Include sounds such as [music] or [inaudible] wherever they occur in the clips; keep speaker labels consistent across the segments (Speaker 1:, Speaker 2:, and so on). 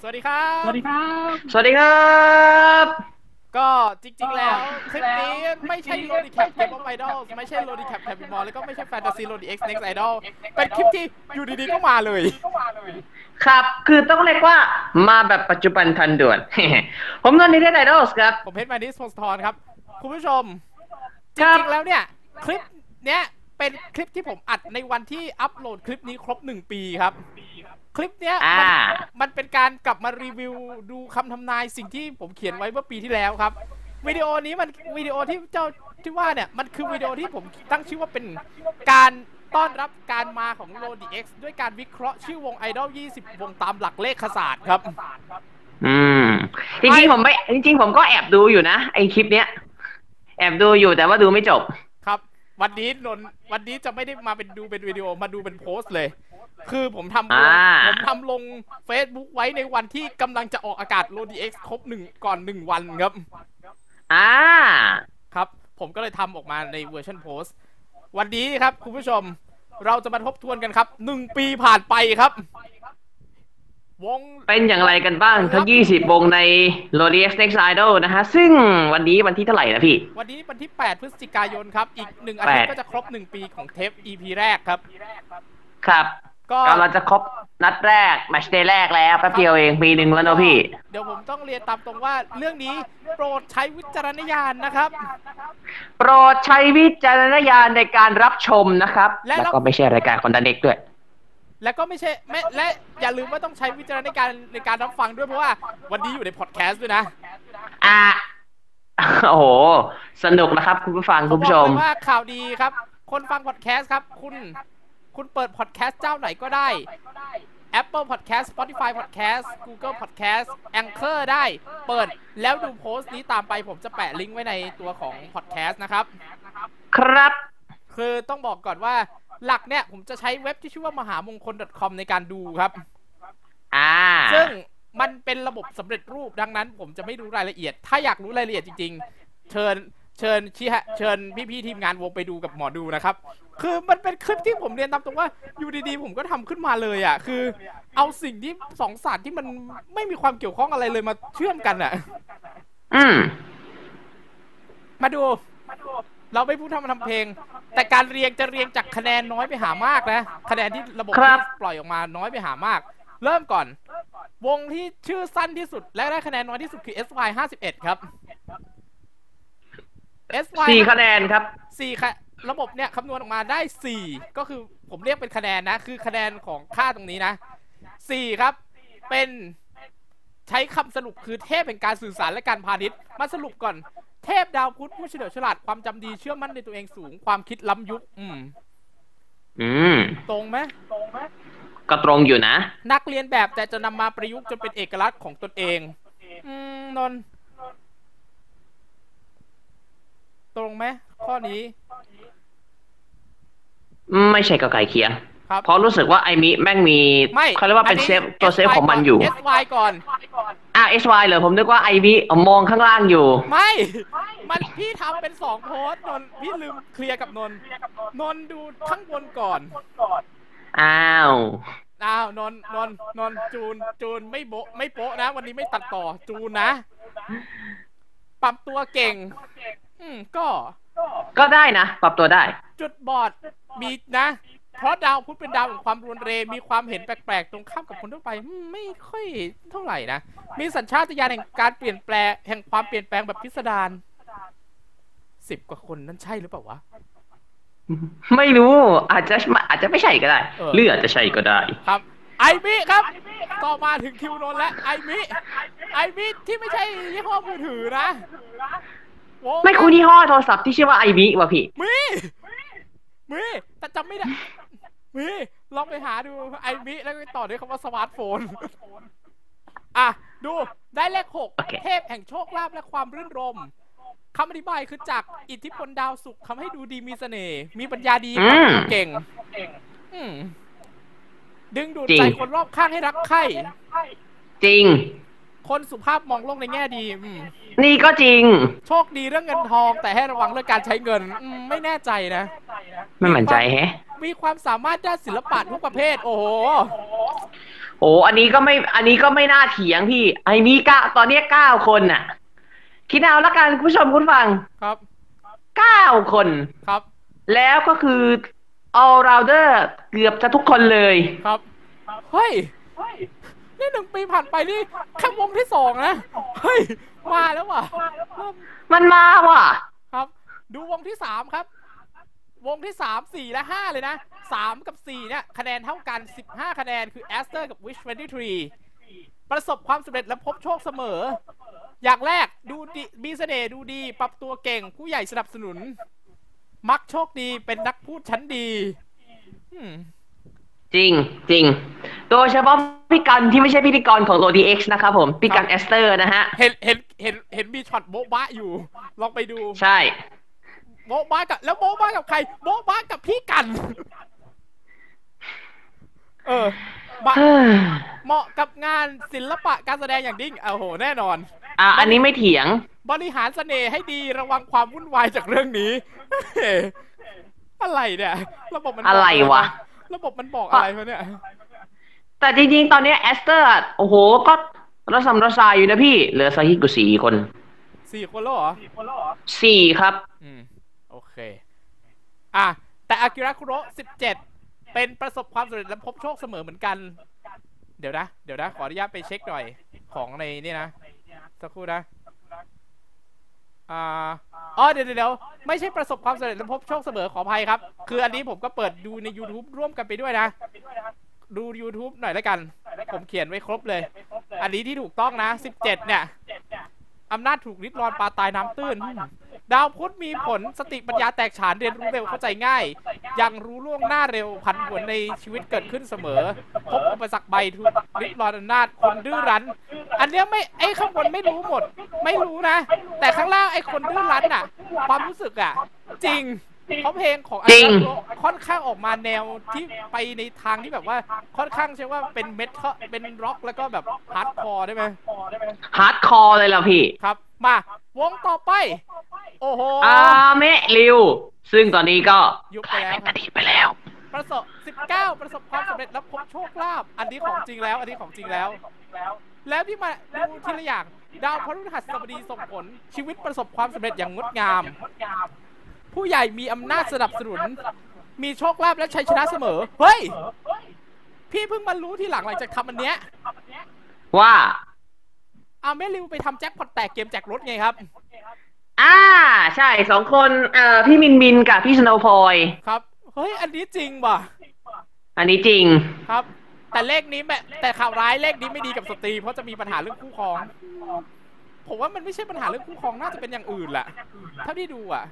Speaker 1: สวัสดีครับ
Speaker 2: สวัสดีครับ
Speaker 3: สวัสดีครับ
Speaker 1: ก็จริงๆ แล้วคลิปนี้
Speaker 2: แล้ว
Speaker 1: ไม่ใช่โลดิแคปแคปไอดอลไม่ใช่โลดิแคปแคปบอลแล้วก็ไม่ใช่แฟนตาซีโลดิเอ็กซ์เน็กซ์ไอดอลเป็นคลิปที่อยู่ดีๆ ก็มาเลย
Speaker 3: ครับ คือต้องเรียกว่ามาแบบปัจจุบันทันด่วน [laughs] ผมนนท์นิเทศไอดอลส์ครับ
Speaker 1: ผมเพชรมานิสพงศธรครับ คุณผู้ชม จ
Speaker 3: ครับ
Speaker 1: ริงๆ แล้วเนี่ย คลิปเนี้ยเป็นคลิปที่ผมอัดในวันที่อัปโหลดคลิปนี้ครบหนึ่งปีครับ คลิปเนี้ย
Speaker 3: อ่า
Speaker 1: มันมันเป็นการกลับมารีวิวดูคำทำนายสิ่งที่ผมเขียนไว้เมื่อปีที่แล้วครับ วิดีโอนี้มันวิดีโอที่เจ้าที่ว่าเนี่ย มันคือวิดีโอที่ผมตั้งชื่อว่าเป็นการต้อนรับการมาของโลดีเอ็กซ์ด้วยการวิเคราะห์ชื่อวงไอดอล20 วงตามหลักเลขศาสตร์ครับ
Speaker 3: อืม จริงๆผมไม่จริง ๆ ผมก็แอบดูอยู่นะ ไอคลิปเนี้ย แอบดูอยู่แต่ว่าดูไม่จบ
Speaker 1: ครับ วันนี้นนท์วันนี้จะไม่ได้มาเป็นดูเป็นวิดีโอมาดูเป็นโพสต์เลย คือผมทำลง
Speaker 3: อ่า
Speaker 1: ผมทำลง Facebook ไว้ในวันที่กำลังจะออกอากาศโลดีเอ็กซ์ครบหนึ่งก่อนหนึ่งวันครับ
Speaker 3: อ่า
Speaker 1: ครับ ผมก็เลยทำออกมาในเวอร์ชันโพสต์วันนี้ครับ คุณผู้ชมเราจะมาทบทวนกันครับหนึ่งปีผ่านไปครับ วง
Speaker 3: เป็นอย่างไรกันบ้างทั้ง 20 วงใน l o d i x Next Idol นะฮะ ซึ่งวันนี้วันที่เท่าไหร่นะพี่
Speaker 1: วันนี้วันที่ 8 พฤศจิกายนครับ อีกหนึ่งอาทิตย์
Speaker 3: แปด
Speaker 1: ก็จะครบหนึ่งปีของเทป EP แรกครับ
Speaker 3: ครับ
Speaker 1: ก็
Speaker 3: กำลังจะครบนัดแรก แมตช์เดย์แรกแล้วแป๊บเดียวเองปีหนึ่งแล้วเนอะพี่
Speaker 1: เดี๋ยวผมต้องเรียนตามตรงว่าเรื่องนี้โปรดใช้วิจารณญาณนะครับ
Speaker 3: โปรดใช้วิจารณญาณในการรับชมนะครับ
Speaker 1: และ
Speaker 3: แล้วก็ไม่ใช่รายการคนดันเด็กด้วย
Speaker 1: และก็ไม่ใช่ไม่และอย่าลืมว่าต้องใช้วิจารณญาณในการรับฟังด้วยเพราะว่าวันนี้อยู่ในพอดแคสต์ด้วยนะ
Speaker 3: อ่ะ [laughs] โอ้โห สนุกนะครับคุณผู้ฟังคุณผู้ชม
Speaker 1: ผมบอกเลยว่าข่าวดีครับ คนฟังพอดแคสต์ครับ คุณ คุณเปิดพอดแคสต์เจ้าไหนก็ได้ Apple Podcast Spotify Podcast Google Podcast Anchor ได้ เปิดแล้วดูโพสต์นี้ตามไปผมจะแปะลิงก์ไว้ในตัวของพอดแคสต์นะครับ
Speaker 3: ครับ
Speaker 1: คือต้องบอกก่อนว่าหลักเนี่ย ผมจะใช้เว็บที่ชื่อว่ามหามงคล .com ในการดูครับ
Speaker 3: อ่า
Speaker 1: ซึ่งมันเป็นระบบสำเร็จรูปดังนั้น ผมจะไม่รู้รายละเอียด ถ้าอยากรู้รายละเอียดจริง ๆ เชิญเชิญชี้ฮะเชิญพี่ๆทีมงานวงไปดูกับหมอดูนะครับ คือมันเป็นคลิปที่ผมเรียนตามตรงว่าอยู่ดีๆ ผมก็ทำขึ้นมาเลยอ่ะ คือ เอาสิ่งที่สองศาสตร์ที่มันไม่มีความเกี่ยวข้องอะไรเลยมาเชื่อมกันอ่ะ
Speaker 3: อืม
Speaker 1: มาดู เราไม่พูดทำมันทำเพลง แต่การเรียงจะเรียงจากคะแนนน้อยไปหามากนะ คะแนนที่ระบบ
Speaker 3: ครับ
Speaker 1: ที่ปล่อยออกมาน้อยไปหามาก เริ่มก่อน วงที่ชื่อสั้นที่สุดและได้คะแนนน้อยที่สุดคือ SY 51 ครับ SY
Speaker 3: สี่คะแนนครับ
Speaker 1: สี่ค่ะระบบเนี่ยคำนวณออกมาได้สี่ก็คือผมเรียกเป็นคะแนนนะ คือคะแนนของค่าตรงนี้นะสี่ครับ เป็นใช้คำสรุปคือเทพแห่งการสื่อสารและการพาณิชย์ มาสรุปก่อน เทพดาวพุธผู้เฉลียวฉลาดความจำดีเชื่อมั่นในตัวเองสูงความคิดล้ำยุค อืม
Speaker 3: อืม
Speaker 1: ตรงไหม
Speaker 3: ก็ตรงอยู่นะ
Speaker 1: นักเรียนแบบแต่จะนำมาประยุกต์จนเป็นเอกลักษณ์ของตนเอง อืมนนท์ตรงไหมข้อนี้
Speaker 3: ไม่ใช่ก็ไกลเคียง
Speaker 1: ครับ
Speaker 3: เพราะรู้สึกว่าไอมิแม่งมี
Speaker 1: ไม่
Speaker 3: เขาเรียกว่าเป็นเซฟตัวเซฟของมันอยู่
Speaker 1: เอสวก่อน
Speaker 3: อ่า SY เหรอผมนึกว่าไอมิมองข้างล่างอยู่
Speaker 1: ไม่ มันพี่ทำเป็นสองโพสต์นนท์พี่ลืมเคลียร์กับนนท์นนท์ดูข้างบนก่อน
Speaker 3: อ้าว
Speaker 1: อ้าวนนท์นนท์นนท์จูนจูนไม่โบะไม่โปะนะ วันนี้ไม่ตัดต่อจูนนะ ปรับตัวเก่ง อืมก็
Speaker 3: ก็ได้นะ ปรับตัวได้
Speaker 1: จุดบอดมีนะ เพราะดาวพุธเป็นดาวของความรุนแรงมีความเห็นแปลกๆ ตรงข้ามกับคนทั่วไปอืมไม่ค่อยเท่าไหร่นะ มีสัญชาตญาณแห่งการเปลี่ยนแปลงแห่งความเปลี่ยนแปลงแบบพิสดารสิบกว่าคนนั่นใช่หรือเปล่าวะ
Speaker 3: ไม่รู้ อาจจะอาจจะไม่ใช่ก็ได้
Speaker 1: เออ
Speaker 3: หรืออาจจะใช่ก็ได้
Speaker 1: ครับไอมิครับก็มาถึงคิวนนท์และไอมิไอมิที่ไม่ใช่ยี่ห้อมือถือนะวง
Speaker 3: ไม่คุ้นยี่ห้อโทรศัพท์ที่ชื่อว่าไอมิว่ะพี่
Speaker 1: มี มี แต่จำไม่ได้ มี ลองไปหาดูไอมิแล้วก็ต่อด้วยคำว่าสมาร์ทโฟน อ่ะ ดูได้เลขหก
Speaker 3: โอเค
Speaker 1: เทพแห่งโชคลาภและความรื่นรมคำอธิบายคือจากอิทธิพลดาวศุกร์ทำให้ดูดีมีเสน่ห์มีปัญญาดี
Speaker 3: อืม
Speaker 1: เก่ง อืมดึงดูด
Speaker 3: จริง
Speaker 1: ใจคนรอบข้างให้รักใคร่
Speaker 3: จริง
Speaker 1: คนสุภาพมองโลกในแง่ดีอืม
Speaker 3: นี่ก็จริง
Speaker 1: โชคดีเรื่องเงินทอง แต่ให้ระวังเรื่องการใช้เงินอืมไม่แน่ใจนะ
Speaker 3: ไม่มั่นใจแฮะ
Speaker 1: มีความสามารถด้านศิลปะทุกประเภท โอ้โห
Speaker 3: โห อ้อันนี้ก็ไม่ อันนี้ก็ไม่น่าเถียงพี่ ไอ้มีเก้าตอนเนี้ยเก้าคนน่ะ คิดเอาละกันคุณผู้ชมคุณฟัง
Speaker 1: ครับ
Speaker 3: เก้าคน
Speaker 1: ครับ
Speaker 3: แล้วก็คือ all rounder เกือบจะทุกคนเลย
Speaker 1: ครับเฮ้ยนี่หนึ่งปีผ่านไปนี่แค่วงที่สองนะเฮ้ยมาแล้วว่ะเริ่ม
Speaker 3: มันมาว่ะ
Speaker 1: ครับ ดูวงที่สามครับ วงที่สามสี่และห้าเลยนะสามกับสี่เนี่ยคะแนนเท่ากันสิบห้าคะแนนคือแอสเตอร์กับวิชเวนตี้ทรีประสบความสำเร็จและพบโชคเสมอ อย่างแรกดูดีมีเสน่ห์ดูดี ปรับตัวเก่งผู้ใหญ่สนับสนุน มักโชคดีเป็นนักพูดชั้นดีอืม
Speaker 3: จริงจริง โดยเฉพาะพี่กันที่ไม่ใช่พิธีกรของโลดีเอ็กซ์นะครับผมพี่กันแอสเตอร์นะฮะ
Speaker 1: เห็นเห็นเห็นเห็นมีช็อตโบ๊ะบะอยู่ ลองไปดู
Speaker 3: ใช่ [sighs]
Speaker 1: โบ๊ะบะกับ แล้วโบ๊ะบะกับใคร โบ๊ะบะกับพี่กัน เออเหมาะเหมาะกับงานศิลปะการแสดงอย่างดิ้งเอาโห แน่นอน
Speaker 3: อ่า อันนี้ไม่เถียง
Speaker 1: บริหารเสน่ห์ให้ดีระวังความวุ่นวายจากเรื่องนี้ [laughs] เฮ้อะไรเนี่ย ระบบมันบก
Speaker 3: อะไรวะ
Speaker 1: ระบบมันบอกอะไรวะเนี่ย
Speaker 3: แต่จริงๆ ตอนเนี้แอสเตอร์โอ้โห ก็ระสำระสายอยู่นะพี่ เหลือซาฮิกุสี่คน
Speaker 1: สี่คนแล้วเหรอ
Speaker 3: สี่ครับ
Speaker 1: อืม โอเค อ่ะ แต่อากิระคุโระ17 เป็นประสบความสำเร็จและพบโชคเสมอเหมือนกัน เดี๋ยวนะ เดี๋ยวนะ ขออนุญาตไปเช็คหน่อยของในนี่นะ สักครู่นะ อ่าอ๋อเดี๋ยวเดี๋ยวเดี๋ยวไม่ใช่ประสบความสำเร็จและพบโชคเสมอขออภัยครับ คืออันนี้ผมก็เปิดดูใน YouTube ร่วมกันไปด้วยนะ ดู YouTube หน่อยแล้วกัน ผมเขียนไว้ครบเลย อันนี้ที่ถูกต้องนะ 17 เนี่ยอำนาจถูกริดรอนปลาตายน้ำตื้น ดาวพุธมีผลสติปัญญาแตกฉานเรียนรู้เร็วเข้าใจง่าย ยังรู้ล่วงหน้าเร็วพันผวนในชีวิตเกิดขึ้นเสมอ พบอุปสรรคใบทุนริดรอนอำนาจคนดื้อรั้น อันเนี้ยไม่ไอ้ข้างบนไม่รู้หมด ไม่รู้นะ แต่ข้างล่างไอ้คนดื้อรั้นอ่ะ ความรู้สึกอ่ะ จริงเพราะเพลงของอา
Speaker 3: จริง
Speaker 1: จารย์โละค่อนข้างออกมาแนวที่ไปในทางที่แบบว่าค่อนข้างใช่ว่าเป็นเมทัลเป็นร็อกแล้วก็แบบฮาร์ดคอร์ได้ไหม
Speaker 3: ฮาร์ดคอร์เลยล่ะพี่
Speaker 1: ครับ มาวงต่อไป โอ้โห
Speaker 3: อาเมะริว ซึ่งตอนนี้ก็
Speaker 1: ยุบ
Speaker 3: ก
Speaker 1: ไปแล้
Speaker 3: ลาย
Speaker 1: ว
Speaker 3: เป็นอดีตไปแล้ว
Speaker 1: ประสบ 19 ประสบความสำเร็จแล้วพบโชคลาภ อันนี้ของจริงแล้ว อันนี้ของจริงแล้ว แล้วที่มาดูทีละอย่าง ดาวพฤหัสบดีส่งผล ชีวิตประสบความสำเร็จอย่างงดงาม ผู้ใหญ่มีอำนาจสนับสนุน มีโชคลาภและชัยชนะเสมอ เฮ้ย พี่เพิ่งมารู้ทีหลังหลังจากทำอันเนี้ย
Speaker 3: ว่า
Speaker 1: อาเมริวไปทำแจ็คพอตแตกเกมแจกรถไงครับ
Speaker 3: อ่า ใช่สองคนเอ่อพี่มินมินกับพี่สโนว์พลอย
Speaker 1: ครับ เฮ้ย อันนี้จริงว่ะ
Speaker 3: อันนี้จริง
Speaker 1: ครับ แต่เลขนี้แม่แต่ข่าวร้ายเลขนี้ไม่ดีกับสตรี เพราะจะมีปัญหาเรื่องคู่ครอง ผมว่ามันไม่ใช่ปัญหาเรื่องคู่ครองน่าจะเป็นอย่างอื่นแหละเท่าที่ดูอ่ะ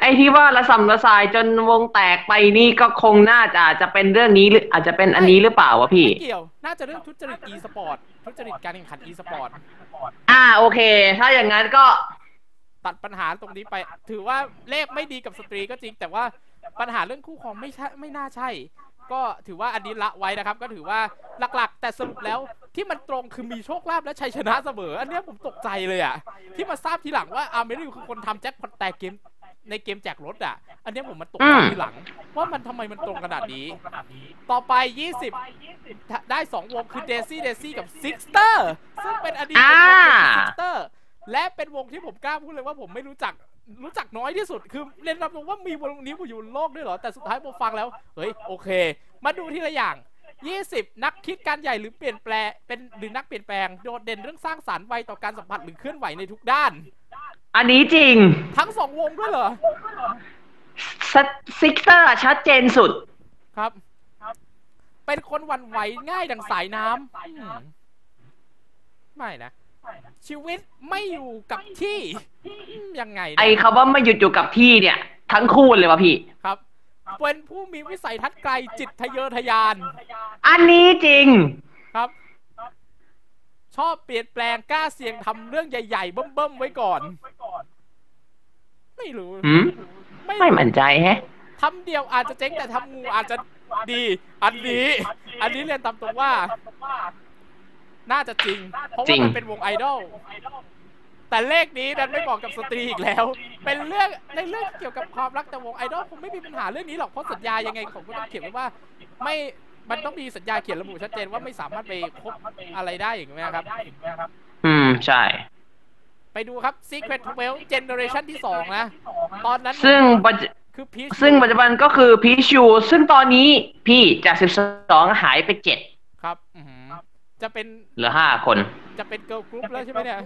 Speaker 3: ไอ้ที่ว่าระสำระสายจนวงแตกไปนี่ก็คงน่าจะอาจจะเป็นเรื่องนี้หรืออาจจะเป็นอันนี้หรือเปล่าวะพี่
Speaker 1: ไม่เกี่ยว น่าจะเรื่องทุจริต e สปอร์ตทุจริตการแข่งขัน e สปอร์ต
Speaker 3: อ่าโอเค ถ้าอย่างนั้นก็
Speaker 1: ตัดปัญหาตรงนี้ไป ถือว่าเลขไม่ดีกับสตรีก็จริง แต่ว่าปัญหาเรื่องคู่ครองไม่ใช่ไม่น่าใช่ ก็ถือว่าอันนี้ละไว้นะครับ ก็ถือว่าหลักๆ แต่สรุปแล้วที่มันตรงคือมีโชคลาภและชัยชนะเสมอ อันเนี้ยผมตกใจเลยอ่ะ ที่มาทราบทีหลังว่าอาร์เมริวคือคนทำแจ็คพอตแตกเกมในเกมแจกรถอ่ะ อันเนี้ยผมมันตกใจ
Speaker 3: อืม
Speaker 1: ทีหลัง ว่ามันทำไมมันตรงขนาดนี้ ต่อไป 20 ได้ 2 วงคือเดซี่เดซี่กับซิกเตอร์ซึ่งเป็นอดีตเป็นวงของซิกเตอร์และเป็นวงที่ผมกล้าพูดเลยว่าผมไม่รู้จักรู้จักน้อยที่สุด คือเรียนรับตรงว่ามีวงนี้อยู่บนโลกด้วยเหรอ แต่สุดท้ายผมฟังแล้ว เฮ้ย โอเค มาดูทีละอย่าง 20 นักคิดการใหญ่หรือเปลี่ยนแปลงเป็นหรือนักเปลี่ยนแปลงโดดเด่นเรื่องสร้างสรรค์ไวต่อการสัมผัสหรือเคลื่อนไหวในทุกด้าน
Speaker 3: อันนี้จริง
Speaker 1: ทั้งสองวงด้วยเหรอ
Speaker 3: ซิกเตอร์ชัดเจนสุด
Speaker 1: ครับ เป็นคนหวันไหวง่ายดังสายน้ำอืมไม่นะ ชีวิตไม่อยู่กับที่อืมยังไงนะ
Speaker 3: ไอ้คำว่าไม่หยุดอยู่กับที่เนี่ย ทั้งคู่เลยวะพี่
Speaker 1: ครับ เป็นผู้มีวิสัยทัศน์ไกลจิตทะเยอทะยาน
Speaker 3: อันนี้จริง
Speaker 1: ครับ ชอบเปลี่ยนแปลงกล้าเสี่ยงทำเรื่องใหญ่ๆ เบิ่มๆ ไว้ก่อน ไม่รู้
Speaker 3: หืม
Speaker 1: ไม่
Speaker 3: ไม่
Speaker 1: รู้
Speaker 3: มั่นใจแฮะ
Speaker 1: ทำเดียวอาจจะเจ๊งแต่ทำงูอาจจะดี อันนี้ อันนี้เรียนตามตรงว่า น่าจะจริง เพราะ
Speaker 3: จริ
Speaker 1: ว่าง มันเป็นวงไอดอลแต่เลขนี้ดันไม่บอกกับสตรีอีกแล้ว เป็นเรื่องในเรื่องเกี่ยวกับความรักแต่วงไอดอลคงไม่มีปัญหาเรื่องนี้หรอกเพราะสัญญายังไงผมก็ต้องเขียนไว้ว่า ไม่ มันต้องมีสัญญาเขียนระบุชัดเจนว่าไม่สามารถไปคบอะไรได้อย่างนี้ยครับ
Speaker 3: อืมใช่
Speaker 1: ไปดูครับ Secret 12 Generation ที่ 2 นะ ตอนนั้น
Speaker 3: ซึ่งปัจจุ
Speaker 1: คือพีช
Speaker 3: ซึ่งปัจจุบันก็คือพีชูซึ่งตอนนี้พี่จากสิบสองหายไปเจ็ด
Speaker 1: ครับอื้อหือจะเป็น
Speaker 3: เหลือห้าคน
Speaker 1: จะเป็นเกิร์ลกรุ๊ปแล้วใช่ไหมเนี่ย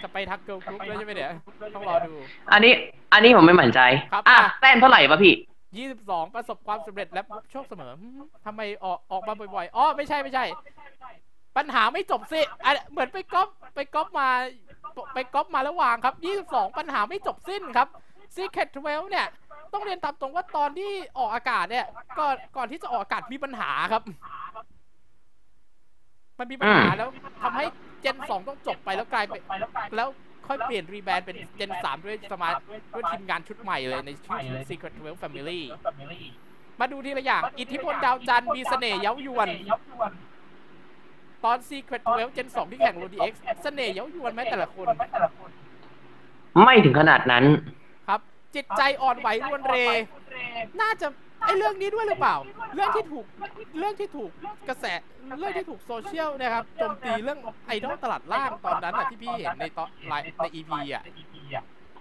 Speaker 1: จะไปทักเกิร์ลกรุ๊ปแล้วใช่ไหมเนี่ย ต้องรอดู
Speaker 3: อันนี้ อันนี้ผมไม่หมั่นใจ
Speaker 1: ครับ
Speaker 3: อ่ะแต้มเท่าไหร่ปะพี่
Speaker 1: 22 ประสบความสำเร็จและโชคเสมอหืมทำไมออกออกมาบ่อยๆ อ๋อ ไม่ใช่ไม่ใช่ ปัญหาไม่จบสิอันเหมือนไปก๊อปไปก๊อปมาไปก๊อปมาระหว่างครับ 22 ปัญหาไม่จบสิ้นครับ Secret 12 เนี่ย ต้องเรียนตามตรงว่าตอนที่ออกอากาศเนี่ยก่อนก่อนที่จะออกอากาศมีปัญหาครับ มันมีปัญหา
Speaker 3: อืม
Speaker 1: แล้วทำให้เจน 2 ต้องจบไปแล้วกลายเป็นแล้วค่อยเปลี่ยนรีแบรนด์เป็นเจน 3 ด้วยสมาร์ทด้วยทีมงานชุดใหม่เลยในชื่อ Secret 12 Family มาดูทีละอย่าง อิทธิพลดาวจันทร์มีเสน่ห์เย้ายวน ตอน Secret 12 Gen 2ที่แข่ง r o d x เสน่ห์เย้ายวนไหมแต่ละคน
Speaker 3: ไม่ถึงขนาดนั้น
Speaker 1: ครับ จิตใจอ่อนไหวรวนเร น่าจะไอเรื่องนี้ด้วยหรือเปล่า เรื่องที่ถูกเรื่องที่ถูกกระแสเรื่องที่ถูกโซเชียลนะครับโจมตีเรื่องไอดอลตลาดล่างตอนนั้นน่ะที่พี่เห็นในตอนไลน์ใน EP อ่ะ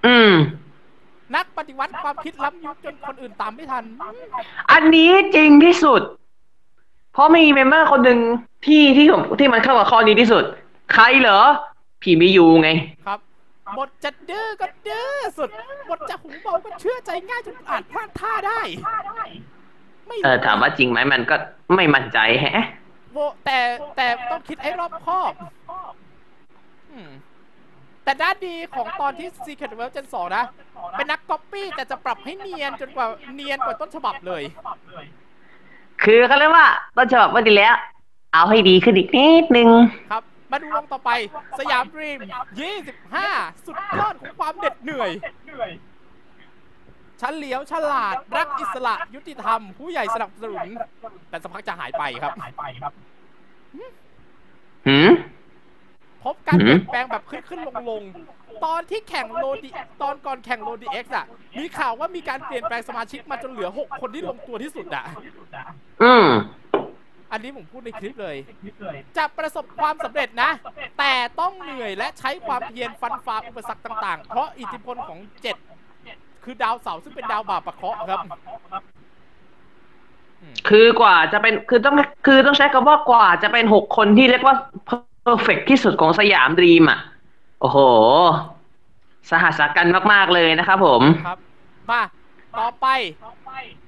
Speaker 3: อืม
Speaker 1: นักปฏิวัติความคิดล้ำยุคจนคนอื่นตามไม่ทันอืม
Speaker 3: อันนี้จริงที่สุด เพราะมีเมมเบอร์คนหนึ่งที่ที่ผมที่มันเข้ากับข้อนี้ที่สุด ใครเหรอ พี่มิยูไง
Speaker 1: ครับบทจะดื้อก็ดื้อสุดบทจะหุงเบาก็เชื่อใจง่ายจนอาจพลาดท่าได้ ไม่
Speaker 3: เออถามว่าจริงไหมมันก็ไม่มั่นใจแฮะ
Speaker 1: โวแต่แต่ต้องคิดให้รอบคอบอืมแต่ด้านดีของตอนที่ Secret World Gen 2 นะ เป็นนักก๊อปปี้แต่จะปรับให้เนียนจนกว่าเนียนกว่าต้นฉบับเลย
Speaker 3: คือเขาเรียกว่าต้นฉบับว่าดีแล้ว เอาให้ดีขึ้นอีกนิดนึง
Speaker 1: ครับ มาดูวงต่อไป สยามดรีม 25 สุดยอดของความเด็ดเหนื่อยฉันเหลียวฉลาด รักอิสระยุติธรรม ผู้ใหญ่สนับสนุน แต่สักพักจะหายไปครับ
Speaker 3: หืม
Speaker 1: พบการ
Speaker 3: หื
Speaker 1: เปลี่
Speaker 3: ม
Speaker 1: ยนแปลงแบบขึ้นขึ้นลงลงตอนที่แข่งโลดีตอนก่อนแข่งโลดีเอ็กซ์อ่ะ มีข่าวว่ามีการเปลี่ยนแปลงสมาชิกมาจนเหลือ 6 คนที่ลงตัวที่สุดอ่ะ
Speaker 3: อืม
Speaker 1: อันนี้ผมพูดในคลิปเลย จะประสบความสำเร็จนะ แต่ต้องเหนื่อยและใช้ความเพียรฟันฝ่าอุปสรรคต่างๆ เพราะอิทธิพลของเจ็ดคือดาวเสาร์ซึ่งเป็นดาวบาปประเคราะห์ครับอืม
Speaker 3: คือกว่าจะเป็นคือต้องคือต้องใช้คำว่ากว่าจะเป็นหกคนที่เรียกว่าเพอร์เฟกที่สุดของสยามดรีมอ่ะ โอ้โห สหัสสากันมาก ๆ เลยนะครับผม
Speaker 1: ครับ มา ต่อไป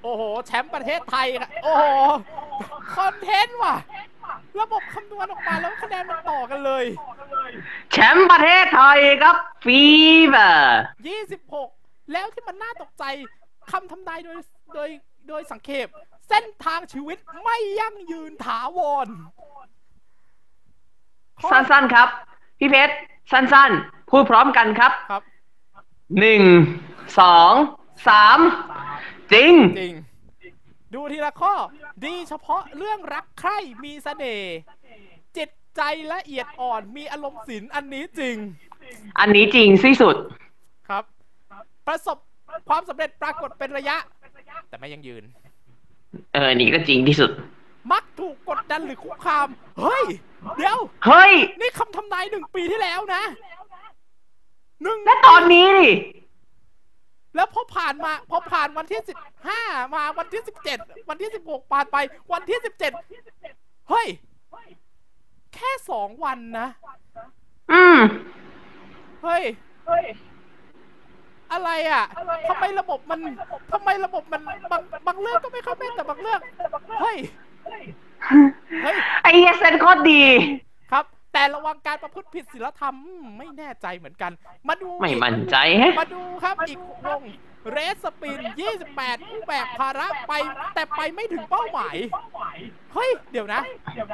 Speaker 1: โอ้โห แชมป์ประเทศไทยครับโอ้โห คอนเทนต์ว่ะ ระบบคำนวณออกมาแล้วคะแนนมันต่อกันเลย
Speaker 3: แชมป์ประเทศไทยครับฟีเบอร์
Speaker 1: 26 แล้วที่มันน่าตกใจคำทำนายโดยโดยโดยสังเขปเส้นทางชีวิตไม่ยั่งยืนถาวรข้อ
Speaker 3: สั้น ๆ ครับ พี่เพชรสั้น ๆ พูดพร้อมกันครับ
Speaker 1: ครับ
Speaker 3: หนึ่งสองสามจริง
Speaker 1: จริง ดูทีละข้อ ดีเฉพาะเรื่องรักใคร่มีเสน่ห์จิตใจละเอียดอ่อนมีอารมณ์ศิลป์อันนี้จริง
Speaker 3: อันนี้จริงที่สุด
Speaker 1: ครับ ประสบความสำเร็จปรากฏเป็นระยะ แต่ไม่ยังยืน
Speaker 3: เออ นี่ก็จริงที่สุด
Speaker 1: มักถูกกดดันหรือคุกคาม เฮ้ย เดี๋ยว
Speaker 3: เฮ้ย
Speaker 1: นี่คำทำนายหนึ่งปีที่แล้วนะหนึ่ง
Speaker 3: และตอนนี้ดิ
Speaker 1: แล้วพอผ่านมา พอผ่านวันที่สิบห้ามาวันที่สิบเจ็ดวันที่สิบหกผ่านไป วันที่สิบเจ็ดเฮ้ย แค่สองวันนะ
Speaker 3: อืม
Speaker 1: เฮ้ย อะไรอ่ะทำไมระบบมันทำไมระบบมันบางบางเรื่องก็ไม่เข้าแม่นแต่บางเรื่องเฮ้ยเฮ้ย
Speaker 3: ไอ้เหี้ยเซนโคตรดี
Speaker 1: ครับ แต่ระวังการประพฤติผิดศีลธรรมอืมไม่แน่ใจเหมือนกัน มาดู
Speaker 3: ไม่
Speaker 1: อีก
Speaker 3: มั่นใจแฮะ
Speaker 1: มาดูครับอีกวงเรสสปิน 28 ผู้แบกภาระไป แต่ไปไม่ถึงเป้าหมาย เฮ้ย เดี๋ยวนะ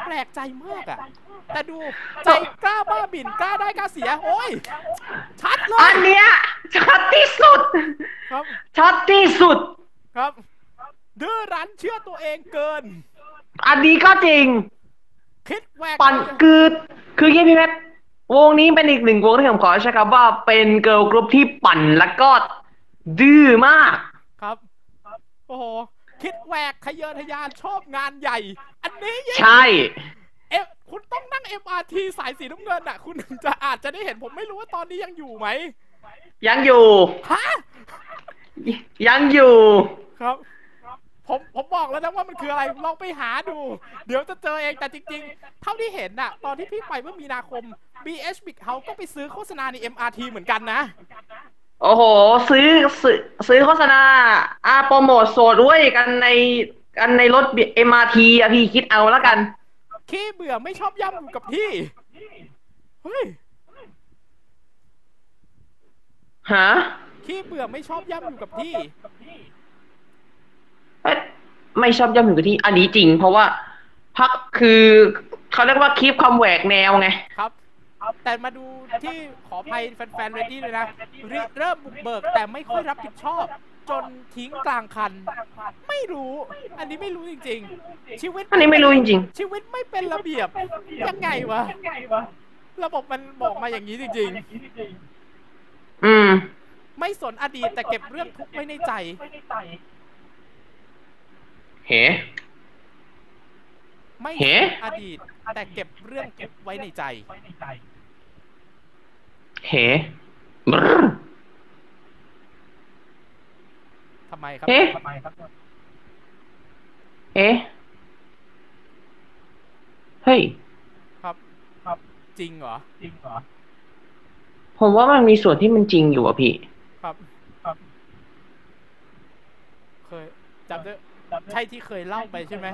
Speaker 1: แปลกใจมากอะแต่ดูใจกล้าบ้าบิ่นกล้าได้กล้าเสีย โอ้ย ชัดเล
Speaker 3: อั
Speaker 1: ย
Speaker 3: นเนี้ยชัดที่สุด
Speaker 1: ครับ
Speaker 3: ชัดที่สุด
Speaker 1: ครับ ดื้อรั้นเชื่อตัวเองเกิน
Speaker 3: อันนี้ก็จริง
Speaker 1: คิดแหวก
Speaker 3: ปั่นคือคือเยี่ยพี่เพชรวงนี้เป็นอีกหนึ่งวงที่ผมขอใช้คำว่าเป็นเกิร์ลกรุ๊ปที่ปั่นแล้วก็ดื้อมาก
Speaker 1: ครับ โอ้โห คิดแหวกทะเยอทะยานชอบงานใหญ่ อันนี้ยิ่ง
Speaker 3: ใช่
Speaker 1: เอฟคุณต้องนั่ง MRT สายสีน้ำเงินอ่ะ คุณถึงจะอาจจะได้เห็นผมไม่รู้ว่าตอนนี้ยังอยู่ไหม
Speaker 3: ยังอยู่
Speaker 1: ฮะ
Speaker 3: ยังอยู่
Speaker 1: ครับ ผมผมบอกแล้วนะว่ามันคืออะไรลองไปหาดู เดี๋ยวจะเจอเองแต่จริง ๆ เท่าที่เห็นน่ะ ตอนที่พี่ไปเมื่อมีนาคม BH Big House ก็ไปซื้อโฆษณาใน MRT เหมือนกันนะ
Speaker 3: โอ้โห ซื้อซื้อซื้อโฆษณาอาโปรโมทโสดด้วยกันในกันในรถเอ็มอาร์ทีอะพี่คิดเอาแล้วกัน
Speaker 1: ขี้เบื่อไม่ชอบย่ำอยู่กับที่ เฮ้ย
Speaker 3: ฮะ
Speaker 1: ขี้เบื่อไม่ชอบย่ำอยู่กับที่
Speaker 3: เอ๊ะไม่ชอบย่ำอยู่กับที่ อันนี้จริง เพราะว่าพักคือเขาเรียกว่าคลิปความแหวกแนวไง
Speaker 1: ครับ แต่มาดูที่ขออภัยแฟนๆเรดดี้เลยนะริเริ่มบุกเบิกแต่ไม่ค่อยรับผิดชอบ จนทิ้งกลางคัน ไม่รู้ อันนี้ไม่รู้จริง ๆ ชีวิต
Speaker 3: อันนี้ไม่รู้จริง
Speaker 1: ชีวิตไม่เป็นระเบียบ ยังไงวะ ระบบมันบอกมาอย่างนี้จริง
Speaker 3: ๆ อืม
Speaker 1: ๆ ไม่สนอดีตแต่เก็บเรื่องทุกข์ไว้ในใจ
Speaker 3: เห้
Speaker 1: ไม่สนอดีตแต่เก็บเรื่องทุกข์ไว้ในใจ
Speaker 3: เห้บรร
Speaker 1: ทำไมครับ
Speaker 3: เอ๊ะ เอ๊ะเฮ้ย
Speaker 1: จริงเหรอ
Speaker 3: ผมว่ามันมีส่วนที่มันจริงอยู่อะพี่
Speaker 1: ครับ เคยจำได้ใช่ที่เคยเล่าไปใช่ไหม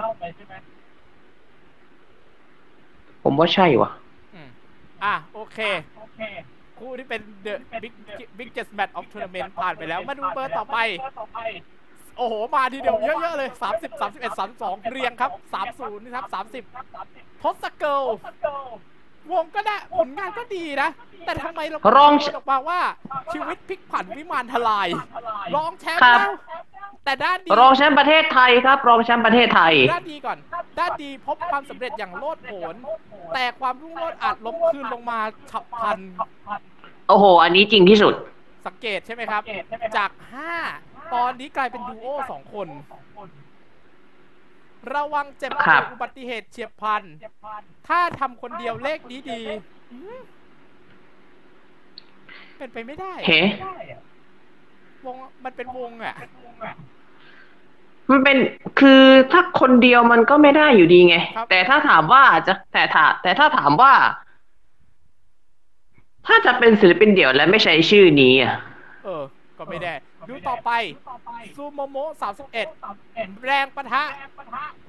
Speaker 3: ผมว่าใช่วะ
Speaker 1: อืมอ่ะ โอเค คู่ที่เป็น The Big Biggest Match of Tournament ผ่านไปแล้ว มาดูเบอร์ต่อไป โอ้โห มาทีเดียวเยอะ ๆ เลย 30 31 32 เรียงครับ 30นี่ครับ30ทศเกิลวงก็ได้ผลงานก็ดีนะ แต่ทำไมเรา
Speaker 3: รอง
Speaker 1: พูดออกมาว่า ชีวิตพลิกผันวิมานทลายรองแชมป์
Speaker 3: ครับ
Speaker 1: แล้วแต่ด้านดี
Speaker 3: รองแชมป์ประเทศไทยครับ รองแชมป์ประเทศไทย
Speaker 1: ด้านดีก่อน ด้านดีพบความสำเร็จอย่างโลดโผน แต่ความรุ่งโรจน์อาจล้มคลืนลงมาฉับพลัน
Speaker 3: โอ้โห อันนี้จริงที่สุด
Speaker 1: สังเกตใช่ไหมครับ จาก 5 ตอนนี้กลายเป็นดูโอสองคน ระวังเจ็บ
Speaker 3: ครั
Speaker 1: ป่วย
Speaker 3: บ
Speaker 1: อุบัติเหตุเฉียบพลัน ถ้าทำคนเดียวเลขนี้ดีอืมเป็นไปไม่ได้
Speaker 3: เห้
Speaker 1: วงมันเป็นวงอ่ะ
Speaker 3: มันเป็นคือถ้าคนเดียวมันก็ไม่ได้อยู่ดีไง
Speaker 1: ครับ
Speaker 3: แต่ถ้าถามว่าจะแต่ถ้าแต่ถ้าถามว่า ถ้าจะเป็นศิลปินเดี่ยวและไม่ใช้ชื่อนี้อะ
Speaker 1: เออ ก็ไม่ได้ ดูต่อไป ซูโมโมสามสิบเอ็ดแรงปะทะ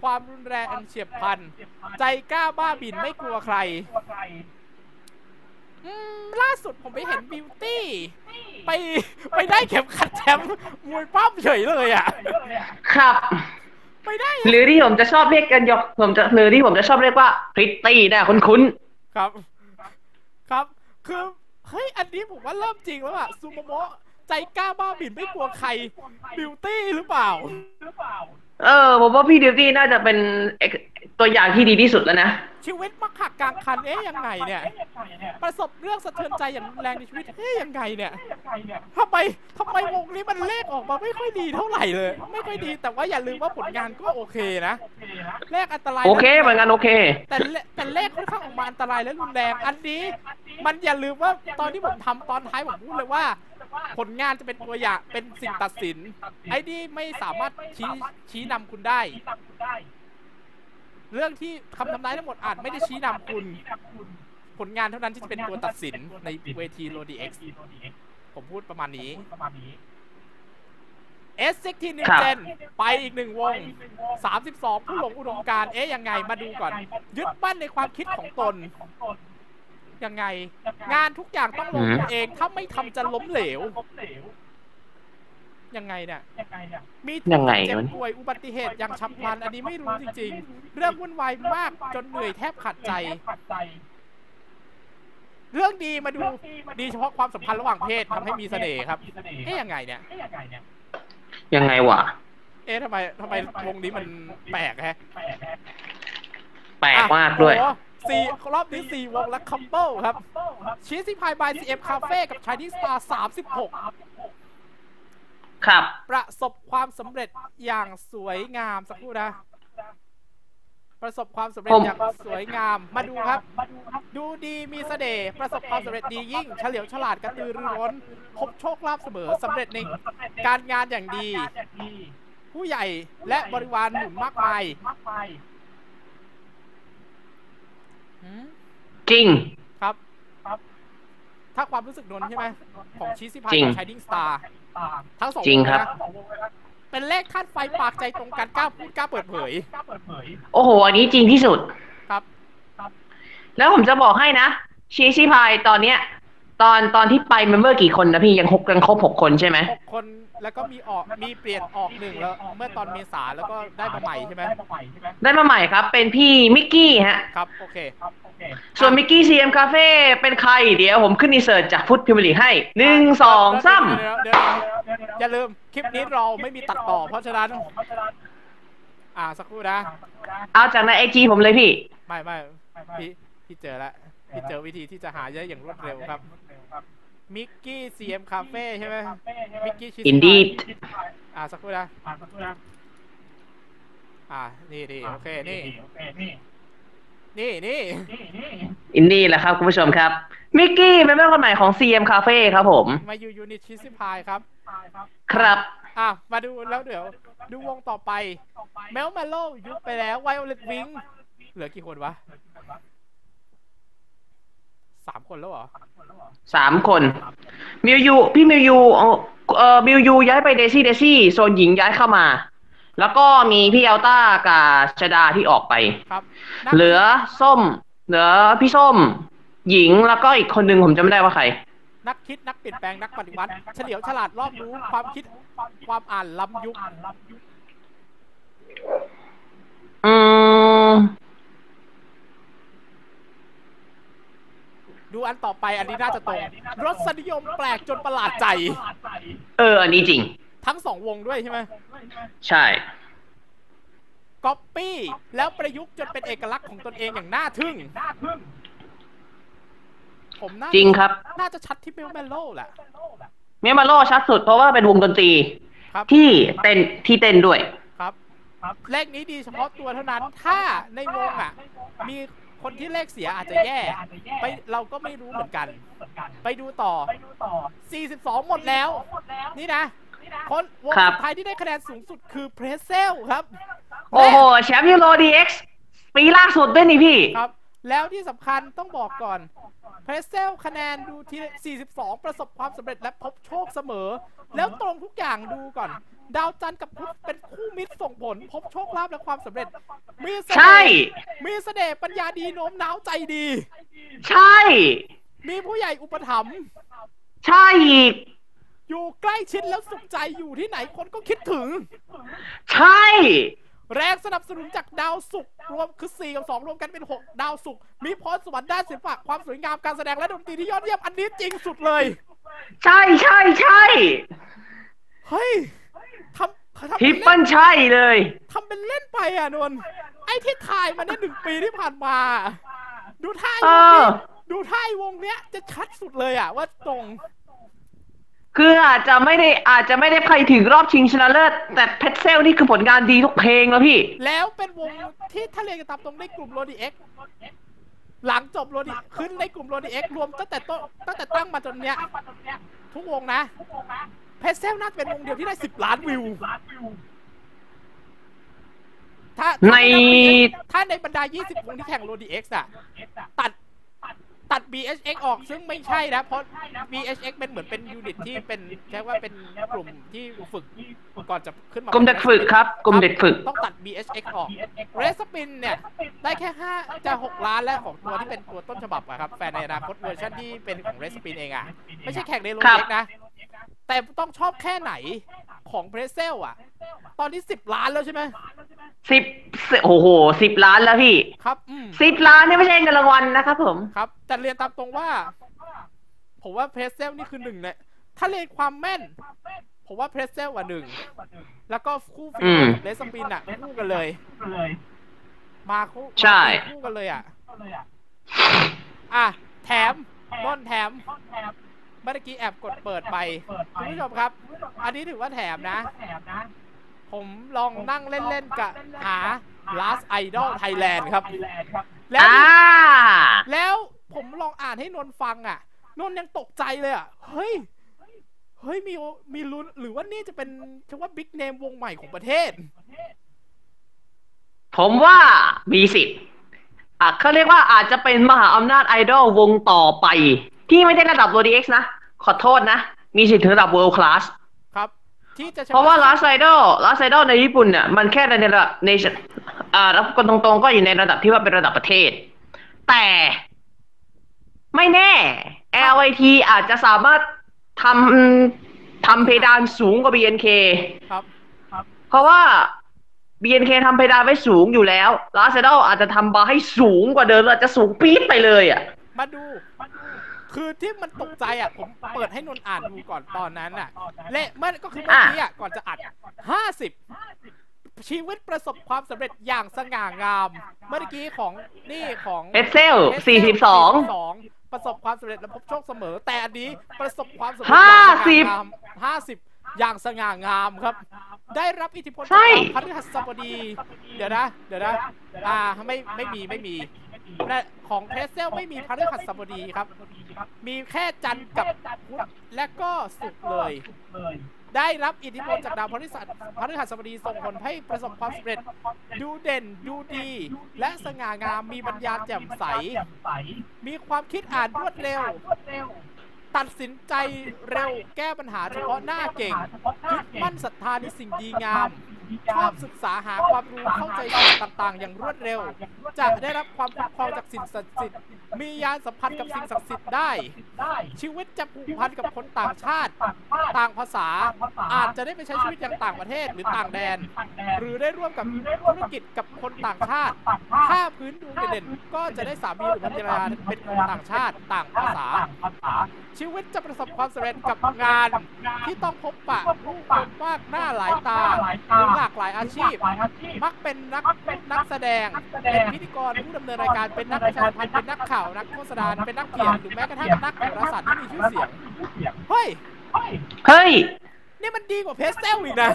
Speaker 1: ความรุนแรงอันเฉียบพลัน ใจกล้าบ้าบินไม่กลัวใคร อืมล่าสุดผมไปเห็นบิวตี้ ไปไปได้เข็มขัดแชมป์มวยปั้มเฉยเลยอ่ะ
Speaker 3: ครับ
Speaker 1: ไปได้
Speaker 3: หรือที่ผมจะชอบเรียกกันยกผมจะหรือที่ผมจะชอบเรียกว่าพริตตี้นะคุ้นคุ้น
Speaker 1: ครับ ครับคือเฮ้ยอันนี้ผมว่าเริ่มจริงแล้วอ่ะซูโมโมะใจกล้าบ้าบินไม่กลัวใครบิวตี้หรือเปล่า
Speaker 3: ๆเออผมว่าพี่ดิวตี้น่าจะเป็นเอกตัวอย่างที่ดีที่สุดแล้วนะ
Speaker 1: ชีวิตมักหักกลางคันเอ๊ยยังไงเนี่ย ประสบเรื่องสะเทือนใจอย่างรุนแรงในชีวิตเอ๊ยยังไงเนี่ยทำไมทำไมวงนี้มันเลขออกมาไม่ค่อยดีเท่าไหร่เลย ไม่ค่อยดีแต่ว่าอย่าลืมว่าผลงานก็โอเคนะเลขอันตราย
Speaker 3: โอเคเหมือนกันโอเค
Speaker 1: แต่เลแต่เลขค่อนข้างออกมาอันตรายและรุนแรง อันนี้ มันอย่าลืมว่าตอนที่ผมทำตอนท้ายผมพูดเลยว่า ผลงานจะเป็นตัวอย่างเป็นสิ่งตัดสิน ไอ้นี่ไม่สามารถชี้ชี้นำคุณได้ เรื่องที่คำทำนายทั้งหมดอาจไม่ได้ชี้นำคุณ ผลงานเท่านั้นที่จะเป็นตัวตัดสินในเวทีโรดีเอ็กซ์ผมพูดประมาณนี้ S16 New
Speaker 3: ครับ
Speaker 1: Gen ไปอีกหนึ่งวง 32 ผู้หลงอุดมการณ์เอ๊ะยังไงมาดูก่อน ยึดมั่นในความคิดของตน ยังไง งานทุกอย่างต้องลงตัวเอง ถ้าไม่ทำจะล้มเหลว ยังไงเนี่ย มีทุกข์
Speaker 3: ยังไง
Speaker 1: เจ็บ
Speaker 3: วะ
Speaker 1: ป่วยอุบัติเหตุอย่างฉับพลัน อันนี้ไม่รู้จริงๆ เรื่องวุ่นวายมากจนเหนื่อยแทบขาดใจ เรื่องดีมาดูดีเฉพาะความสัมพันธ์ระหว่างเพศทำให้มีเสน่ห์ครับ เอ๊ะยังไงเนี่ย
Speaker 3: ยังไงวะ
Speaker 1: เอ๊ะทำไมทำไมวงนี้มันแปลกแฮะ
Speaker 3: แปลกมากด้วย
Speaker 1: โอ้โหสี่รอบนี้สี่วงและคัมเบิลครับชีสซี่พายบายซีเอฟคาเฟ่กับชายนิสตาสามสิบหก
Speaker 3: ครับ
Speaker 1: ประสบความสำเร็จอย่างสวยงามสักครู่นะ ประสบความสำเร็จ
Speaker 3: ผม
Speaker 1: อย่างสวยงาม มาดูครับ ดูดีมีเสน่ห์ประสบความสำเร็จดียิ่ง เฉลียวฉลาดกระตือรือร้นพบโชคลาภเสมอสำเร็จในการงานอย่างดี ผู้ใหญ่และบริวารหนุนมากมายหืม
Speaker 3: จริง
Speaker 1: ครับ ถ้าความรู้สึกนนท์ใช่ไหมของชิซิพาย
Speaker 3: จริง
Speaker 1: กับชายดิ้งสตาร์ทั้งสอง
Speaker 3: จริงครับ
Speaker 1: วงเลยนะเป็นเลขคาดไฟปากใจตรงกันกล้าพูดกล้าเปิดเผย
Speaker 3: โอ้โห อันนี้จริงที่สุด
Speaker 1: ครับ
Speaker 3: แล้วผมจะบอกให้นะ ชีชีพายตอนเนี้ย ตอนตอนที่ไปเมมเบอร์กี่คนนะพี่ยังหกยังครบหกคนใช่ไหม
Speaker 1: หกคนแล้วก็มีออกมีเปลี่ยนออกหนึ่งแล้ว เมื่อตอนเมษาแล้วก็ได้มาใหม่ใช่ไหม
Speaker 3: ได้มาใหม่ครับ เป็นพี่มิกกี้ฮะ
Speaker 1: ครับโอเค
Speaker 3: ส่วนมิกกี้ซีเอ็มคาเฟ่เป็นใคร เดี๋ยวผมขึ้นอินเสิร์ตจากฟุตพิมพ์ลีกให้หนึ่งสองสาม
Speaker 1: เดี๋ยวเดี๋ยวเดี๋ยวอย่าลืมคลิปนี้เราไม่มีตัดต่อ เพราะฉะนั้น อ่าสักครู่นะ
Speaker 3: เอาจากในไอจีผมเลยพี่
Speaker 1: ไม่ไม่พี่พี่เจอแล้วพี่เจอวิธีที่จะหาได้อย่างรวดเร็วครับมิกกี้ซีเอ็มคาเฟ่ใช่ไหมมิกกี้ชิส
Speaker 3: Indeed
Speaker 1: อ่าสักครู่นะอ่านี่นี่โอเคนี่นี่นี่
Speaker 3: อินดี้แหละครับ คุณผู้ชมครับ มิกกี้เป็นเพื่อนคนใหม่ของ CM Cafe ครับผม
Speaker 1: มาอยู่ยูนิตชิสซิพายครับ
Speaker 3: ครับ
Speaker 1: อ่ะ มาดูแล้วเดี๋ยว ดูวงต่อไป แมวมาโลยุบไปแล้วไวโอเลตวิงเหลือกี่คนวะสามคนแล้วเหรอ
Speaker 3: สามคน มิวยู พี่มิวยูเอ่อเอ่อมิวยูย้ายไปเดซี่เดซี่โซนหญิงย้ายเข้ามา แล้วก็มีพี่เอลต้ากับชดาที่ออกไป
Speaker 1: ครับ
Speaker 3: เหลือส้ม เหลือพี่ส้ม หญิงแล้วก็อีกคนนึงผมจำไม่ได้ว่าใคร
Speaker 1: นักคิดนักเปลี่ยนแปลงนักปฏิวัติ เฉลียวฉลาดรอบรู้ความคิดความอ่านล้ำยุค
Speaker 3: อืม
Speaker 1: ดูอันต่อไปอันนี้น่าจะตรงรสนิยมแปลกจนประหลาดใจ
Speaker 3: เออ อันนี้จริง
Speaker 1: ทั้งสองวงด้วยใช่ไหม
Speaker 3: ใช่
Speaker 1: ก๊อปปี้แล้วประยุกต์จนเป็นเอกลักษณ์ของตนเองอย่างน่าทึ่งผมน่า
Speaker 3: จริงครับ
Speaker 1: น่าจะชัดที่เมลแมนโลแหละ
Speaker 3: เมมาโลชัดสุดเพราะว่าเป็นวงดนตรี
Speaker 1: ครับ
Speaker 3: ที่เต้นที่เต้นด้วย
Speaker 1: ครับ เลขนี้ดีเฉพาะตัวเท่านั้น ถ้าในวงอ่ะ มีคนที่เลขเสียอาจจะแย่ ไปเราก็ไม่รู้เหมือนกัน ไปดูต่อ 42 หมดแล้ว นี่นะ คนวง
Speaker 3: ครับ
Speaker 1: สุดท้ายที่ได้คะแนนสูงสุดคือเพรสเซลครับ
Speaker 3: โอ้โห แชมป์ยูโรดีเอ็กซ์ปีล่าสุดด้วยนี่พี่
Speaker 1: และครับ แล้วที่สำคัญต้องบอกก่อน เพรสเซลคะแนนดูที่ 42 ประสบความสำเร็จและพบโชคเสมอ แล้วตรงทุกอย่างดูก่อน ดาวจันทร์กับพุธเป็นคู่มิตรส่งผล พบโชคลาภและความสำเร็จมีเสน่ห์
Speaker 3: ใช่
Speaker 1: มีเสน่ห์ปัญญาดีโน้มน้าวใจดี
Speaker 3: ใช่
Speaker 1: มีผู้ใหญ่อุปถัมภ์
Speaker 3: ใช่อีก
Speaker 1: อยู่ใกล้ชิดแล้วสุขใจอยู่ที่ไหนคนก็คิดถึง
Speaker 3: ใช่
Speaker 1: แรงสนับสนุนจากดาวศุกร์รวมคือ 4 กับ 2 รวมกันเป็น 6 ดาวศุกร์มีพรสวรรค์ด้านศิลปะความสวยงามการแสดงและดนตรีที่ยอดเยี่ยมอันนี้จริงสุดเลย
Speaker 3: ใช่ใช่ใช่
Speaker 1: เฮ้ยทำทำ
Speaker 3: ทริ
Speaker 1: เป็
Speaker 3: ป
Speaker 1: น
Speaker 3: เปิ
Speaker 1: เล่น
Speaker 3: ลใช่เลย
Speaker 1: ทำเป็นเล่นไปอ่ะนนท์ไอ้ที่ถ่ายมาเนี่ยหนึ่งปีที่ผ่านมา ดูท่ายว
Speaker 3: เองอ
Speaker 1: นี้ดูท่ายวงเนี้ยจะชัดสุดเลยอ่ะว่าตรง
Speaker 3: คืออาจจะไม่ได้อาจจะไม่ได้ไปถึงรอบชิงชนะเลิศ แต่เพชรเซลนี่คือผลงานดีทุกเพลงแล้วพี่
Speaker 1: แล้วเป็นวงที่ถ้าเรียนกันตามตรงในกลุ่มโรดีเอ็กหลังจบโรดีขึ้นในกลุ่มโรดีเอ็กรวมตั้งแต่ต้นตั้งแต่ตั้งมาจนเนี้ย ทุกวงนะเพชเซลน่าจะเป็นวงเดียวที่ได้สิบล้านวิว ถ้า
Speaker 3: ใน
Speaker 1: ถ้าในบรรดา 20 วงที่แข่งโรดีเอ็กซ์อะตัดตัด BHX ออกซึ่งไม่ใช่นะ เพราะ BHX เป็นเหมือนเป็นยูนิตที่เป็นแค่ว่าเป็นกลุ่มที่ฝึกก่อนจะขึ้นมา
Speaker 3: กลุ่มเด็กฝึกครับ กลุ่มเด็กฝึก
Speaker 1: ต้องตัด BHX ออกเรสปินเนี่ย ได้แค่ 5 จะ 6 ล้านแล้วของตัวที่เป็นตัวต้นฉบับอะครับ แฟนในอนาคตเวอร์ชันที่เป็นของเรสปินเองอะไม่ใช่แข่งในโร
Speaker 3: ครั
Speaker 1: เล็
Speaker 3: บ
Speaker 1: กนะ แต่ต้องชอบแค่ไหนของเพรสเซลอะตอนนี้ 10 ล้านแล้วใช่ไหม
Speaker 3: สิบโอ้โหสิบล้านแล้วพี่
Speaker 1: ครับอืม
Speaker 3: สิบล้านนี่ไม่ใช่เงินรางวัลนะครับผม
Speaker 1: ครับ แต่เรียนตามตรงว่า ผมว่าเพรสเซลนี่คือหนึ่งเนี่ยถ้าเรียนความแม่น ผมว่าเพรสเซลอะหนึ่งแล้วก็คู่ฟิล
Speaker 3: อืม
Speaker 1: กับเรสปินอะคู่กันเลย มาคู่
Speaker 3: ใช่
Speaker 1: มาคู่กันเลยอะ อ่ะ แถมนนแถม เมื่อกี้แอบกดเปิดไป
Speaker 2: ไปคุ
Speaker 1: คุณ ณ
Speaker 2: ผู้
Speaker 1: ผู้
Speaker 2: ช
Speaker 1: ช
Speaker 2: ม
Speaker 1: ม
Speaker 2: ค
Speaker 1: ครับ รับ อันนี้ถือว่าแถม
Speaker 2: นะ
Speaker 1: นะ ผมลองนั่งเล่นๆกับหา Last
Speaker 2: ดอ
Speaker 1: Idol
Speaker 2: ลไทยแลน
Speaker 1: Thailand
Speaker 2: ด์
Speaker 1: ค
Speaker 2: ค
Speaker 1: รั
Speaker 2: รับ บ
Speaker 1: แล้ว
Speaker 3: อ่า
Speaker 1: แล้วผมลองอ่านให้นนท์ฟังอ่ะ นนท์ยังตกใจเลยอ่ะ เฮ้ย เฮ้ยมีโอมีลุ้นหรือว่านี่จะเป็นฉันว่าบิ๊กเนมวงใหม่ของประเทศ
Speaker 3: ผมว่ามีสิทธิ์อ่ะเขาเรียกว่าอาจจะเป็นมหาอำนาจไอดอลวงต่อไป ที่ไม่ได้ระดับ w o r d x นะ ขอโทษนะ มีสิทธิ์ถึงระดับ World Class
Speaker 1: ครับ ที่จะชน
Speaker 3: เพราะว่า Last Idol Last Idol ในญี่ปุ่นเนี่ยมันแค่ในระดับในอ่ารับกันตรงๆก็อยู่ในระดับที่ว่าเป็นระดับประเทศ แต่ไม่แน่ LIT อาจจะสามารถทำทำเพดานสูงกว่า BNK
Speaker 1: ครับ
Speaker 3: เพราะว่า BNK ทำเพดานไว้สูงอยู่แล้วลาเซดอลอาจจะทำบาร์ให้สูงกว่าเดิมหรืออาจจะสูงปี๊ดไปเลยอ่ะ
Speaker 1: มาดู คือที่มันตกใจอ่ะ ผมเปิดให้นนท์อ่านดูก่อนตอนนั้นอ่ะ และมันก็คือเมื่อกี้อ่ะ ก่อนจะอัดห้าสิบชีวิตประสบความสำเร็จอย่างสง่างาม เมื่อกี้ของนี่ของ
Speaker 3: เอเซล
Speaker 1: 42 ประสบความสำเร็จและพบโชคเสมอ แต่อันนี้ประสบความสำเร็จ
Speaker 3: 50
Speaker 1: ห้าสิบอย่างสง่างามครับ ได้รับอิทธิพล
Speaker 3: ใช่
Speaker 1: จากดาวพฤหัสบดี เดี๋ยวนะ เดี๋ยวนะ อ่า ไม่ ไม่มี ไม่มีและของเทสเซลไม่มีพฤหัสบดีครับ มีแค่จันทร์กับพุธและก็ศุกร์เลย ได้รับอิทธิพลจากดาวพฤหัสพฤหัสบดีส่งผลให้ประสบความสำเร็จ ดูเด่น ดูดี และสง่างาม มีปัญญาแจ่มใส มีความคิดอ่านรวดเร็ว ตัดสินใจเร็ว แก้ปัญหาเฉพาะหน้าเก่ง ยึดมั่นศรัทธาในสิ่งดีงาม ชอบศึกษาหาความรู้เข้าใจสิ่งต่างๆ อย่างรวดเร็ว จะได้รับความคุ้มครองจากสิ่งศักดิ์สิทธิ์ มียานสัมผัสกับสิ่งศักดิ์สิทธิ์ได้ ชีวิตจะผูกพันกับคนต่างชาติ ต่างภาษา อาจจะได้ไปใช้ชีวิตอย่างต่างประเทศหรือต่างแดน หรือได้ร่วมกับธุรกิจกับคนต่างชาติ ถ้าพื้นดวงเด่นๆก็จะได้สามีหรือภรรยาเป็นคนต่างชาติ ต่างภาษา ชีวิตจะประสบความสำเร็จกับงาน ที่ต้องพบปะผู้คนมากหน้าหลายตาหรือหลากหลายอาชีพ มักเป็นนักนักแสดง เป็นพิธีกรผู้ดำเนินรายการเป็นนักประชาสัมพันธ์เป็นนักข่าวนักโฆษณาเป็นนักเขียนหรือแม้กระทั่งนักโหราศาสตร์ที่มีชื่อเสียงเฮ้ย
Speaker 3: เฮ้ย
Speaker 1: นี่มันดีกว่าเพสเซลอีกนะ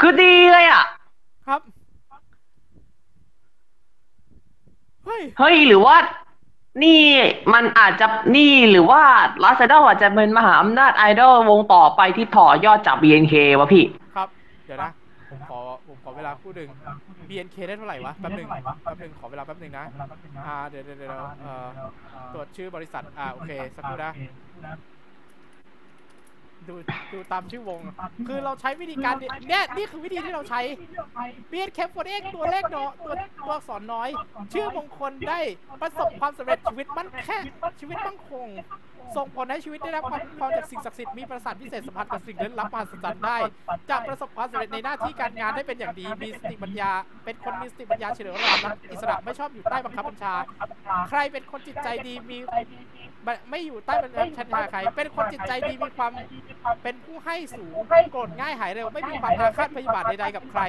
Speaker 3: คือดีเลยอ่ะ
Speaker 1: ครับเฮ้ย
Speaker 3: เฮ้ย หรือว่า นี่มันอาจจะนี่หรือว่าลาเซดอลอาจจะเป็นมหาอำนาจไอดอลวงต่อไปที่ต่อยอดจาก BNK วะพี่
Speaker 1: ครับ เดี๋ยวนะผมขอผมขอเวลาคู่หนึ่ง BNK ได้เท่าไหร่วะแป๊บหนึ่งแป๊บหนึ่งขอเวลาแป๊บหนึ่งนะอ่าเดี๋ยวเดี๋ยวเดี๋ยวเอ่อตรวจชื่อบริษัทอ่าโอเคสักครู่นะ ดูดูตามชื่อวง คือเราใช้วิธีการเนี่ยเนี่ยนี่คือวิธีที่เราใช้ b s k 4 x ตัวเลขน้อยตัวตัวอักษรน้อย ชื่อมงคลได้ประสบความสำเร็จชีวิตมั่นแค่ชีวิตมั่นคง ส่งผลให้ชีวิตได้รับความคุ้มครองจากสิ่งศักดิ์สิทธิ์มีประสาทพิเศษสัมผัสกับสิ่งลึกลับมหัศจรรย์ได้ จะประสบความสำเร็จในหน้าที่การงานได้เป็นอย่างดี มีสติปัญญา เป็นคนมีสติปัญญาเฉลียวฉลาดรักอิสระไม่ชอบอยู่ใต้บังคับบัญชา ใครเป็นคนจิตใจดีมีไม่ไม่อยู่ใต้บังคับบัญชาใคร เป็นคนจิตใจดีมีความ เป็นผู้ให้สูงโกรธง่ายหายเร็ว ไม่มีความอาฆาตพยาบาทใดๆกับใคร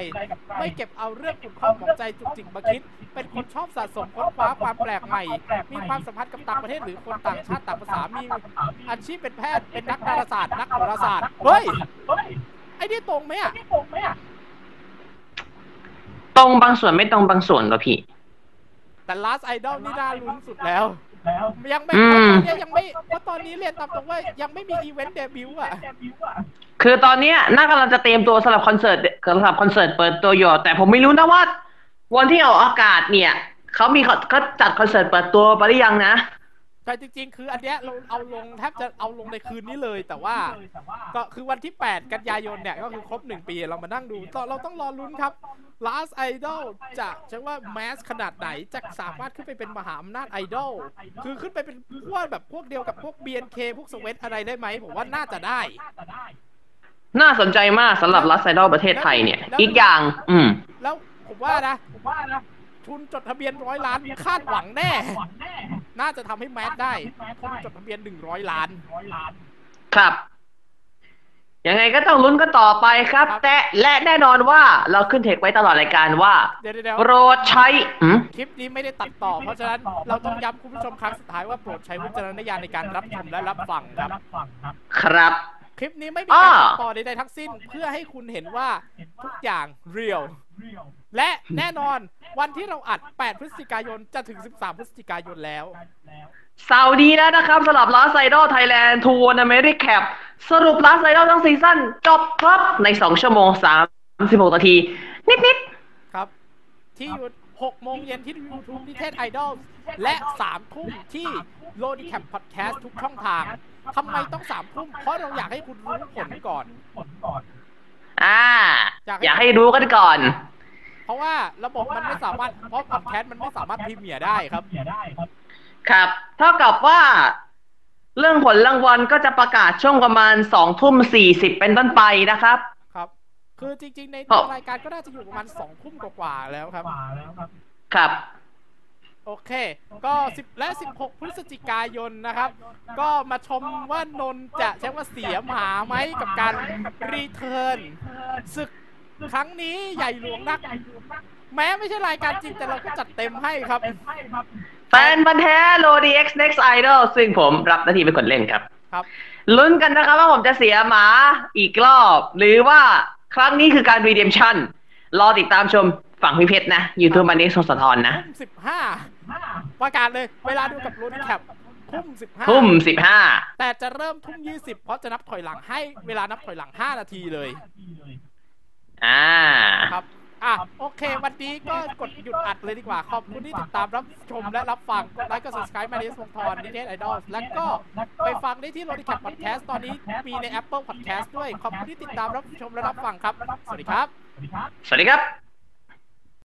Speaker 1: ไม่เก็บเอาเรื่องขุ่นข้องของใจจุกจิกมาคิด เป็นคนชอบสะสมค้นคว้าความแปลกใหม่ มีความสัมพันธ์กับต่างประเทศหรือคนต่างชาติต่างภาษา มีอาชีพเป็นแพทย์ เป็นนักดาราศาสตร์ นักโหราศาสตร์ เฮ้ย ไอ้นี่ตรงไหมอ่ะ
Speaker 3: ตรงบางส่วนไม่ตรงบางส่วนวะพี่
Speaker 1: แต่ Last Idol นี่น่าลุ้นสุดแล้ว ยังไม่
Speaker 3: อืม
Speaker 1: เพราะตอนนี้ยังไม่เพราะตอนนี้เรียนตามตรงว่ายังไม่มีอีเวนต์เดบิวต์อ่ะ
Speaker 3: คือตอนเนี้ยน่ากำลังจะเตรียมตัวสำหรับคอนเสิร์ตสำหรับคอนเสิร์ตเปิดตัวอยู่แต่ผมไม่รู้นะว่า วันที่ออกอากาศเนี่ยเขามีเขาเขาจัดคอนเสิร์ตเปิดตัวไปหรือยังนะ
Speaker 1: แต่จริงๆ คืออันเนี้ยเราเอาลงแทบจะเอาลงในคืนนี้เลย แต่ว่า ก็คือวันที่ 8 กันยายนเนี่ย ก็คือครบ 1 ปีเรามานั่งดูต่อเราต้องรอลุ้นครับ Last Idol จะจะว่าแมสขนาดไหน จะสามารถขึ้นไปเป็นมหาอำนาจไอดอลคือขึ้นไปเป็นพวกแบบพวกเดียวกับพวก BNK พวกสวีทอะไรได้ไหมผมว่าน่าจะได้
Speaker 3: น่าสนใจมากสำหรับรัสไซดอลประเทศไทยเนี่ย อีกอย่าง อืม
Speaker 1: แล้วผมว่านะ ทุนจดทะเบียนร้อยล้านคาดหวังแน่ น่าจะทำให้แมสได้ทุนจดทะเบียน 100 ล้าน
Speaker 3: ครับ ยังไงก็ต้องลุ้นกันต่อไปครับ แต่และแน่นอนว่าเราขึ้นเทคไว้ตลอดรายการว่า
Speaker 1: เดี๋ยวเดี๋ยวเดี๋ยว
Speaker 3: โปรดใช้อืม
Speaker 1: คลิปนี้ไม่ได้ตัดต่อ เพราะฉะนั้นเราต้องย้ำคุณผู้ชมครั้งสุดท้ายว่าโปรดใช้วิจารณญาณในการรับชมและรับฟังครับ
Speaker 3: ครับ
Speaker 1: คลิปนี้ไม่มีการ
Speaker 3: อ้อ
Speaker 1: ตัดต่อใดๆทั้งสิ้นเพื่อให้คุณเห็นว่าทุกอย่างเรียลและแน่นอนวันที่เราอัด 8 พฤศจิกายนจะถึง 13 พฤศจิกายนแล้ว
Speaker 3: เสาร์นี้แล้วนะครับสำหรับลาไซดอลไทยแลนด์ทัวร์อเมริกแคปสรุปลาไซดอลทั้งซีซั่นจบครับใน 2 ชั่วโมง 36 นาที นิด
Speaker 1: ครับ ที่อยู่6โมงเย็นที่ YouTube นิเทศไอดอลและ 3 ทุ่มที่โลด i แคมพอดแคสต์ทุกช่องทางทำไมต้อง 3 ทุ่ม เพราะเราอยากให้คุณรู้ผลก่อน
Speaker 3: ๆ อ่า อยากให้รู้กันก่อน
Speaker 1: เพราะว่าระบบมันไม่สามารถ เพราะพอดแคสต์มันไม่สามารถพรีเมียร์ได้ครับ
Speaker 3: ครับ เท่ากับว่า เรื่องผลรางวัลก็จะประกาศช่วงประมาณ 2 ทุ่ม 40 เป็นต้นไปนะครับ
Speaker 1: ครับ คือจริง ๆ ใน
Speaker 3: ครับ
Speaker 1: รายการก็น่าจะอยู่ประมาณ2ทุ่มกว่าๆแล้วครับ
Speaker 3: ครับ
Speaker 1: โอเค ก็ 10 และ 16 พฤศจิกายนนะครับ ก็มาชมว่านนท์จะใช้ว่าเสียหมาไหมกับการรีเทิร์นศึกครั้งนี้ใหญ่หลวงนัก แม้ไม่ใช่รายการจริงแต่เราก็จัดเต็มให้ครับ
Speaker 3: แฟนบันธุ์แท้โลดีเอ็กซ์เน็กซ์ไอดอลซึ่งผมรับหน้าที่เป็นคนเล่นครับ
Speaker 1: ครับ
Speaker 3: ลุ้นกันนะครับว่าผมจะเสียหมาอีกรอบ หรือว่าครั้งนี้คือการรีเดมชั่น รอติดตามชมฝั่งพิเพชรนะยูทูบมันนี้สดสะทอนนะ
Speaker 1: ทุ่ม 15 ประกาศเลย เวลาดูกับรุ่นแคปทุ่ม
Speaker 3: ทุ่มสิบห้า
Speaker 1: 15 แต่จะเริ่มทุ่ม 20 เพราะจะนับถอยหลังให้เวลานับถอยหลัง 5 นาทีเลย
Speaker 3: อ่า
Speaker 1: ครับ อ่ะ โอเค วันนี้ก็กดหยุดอัดเลยดีกว่า ขอบคุณที่ติดตามรับชมและรับฟัง กดไลค์ กด subscribe มาในสมทรนิเทศไอดอล และก็ไปฟังได้ที่โรดิแคป podcast ตอนนี้มีใน Apple Podcast ด้วย ขอบคุณที่ติดตามรับชมและรับฟังครับ สวัสดีครับ
Speaker 3: สวัสดีครับ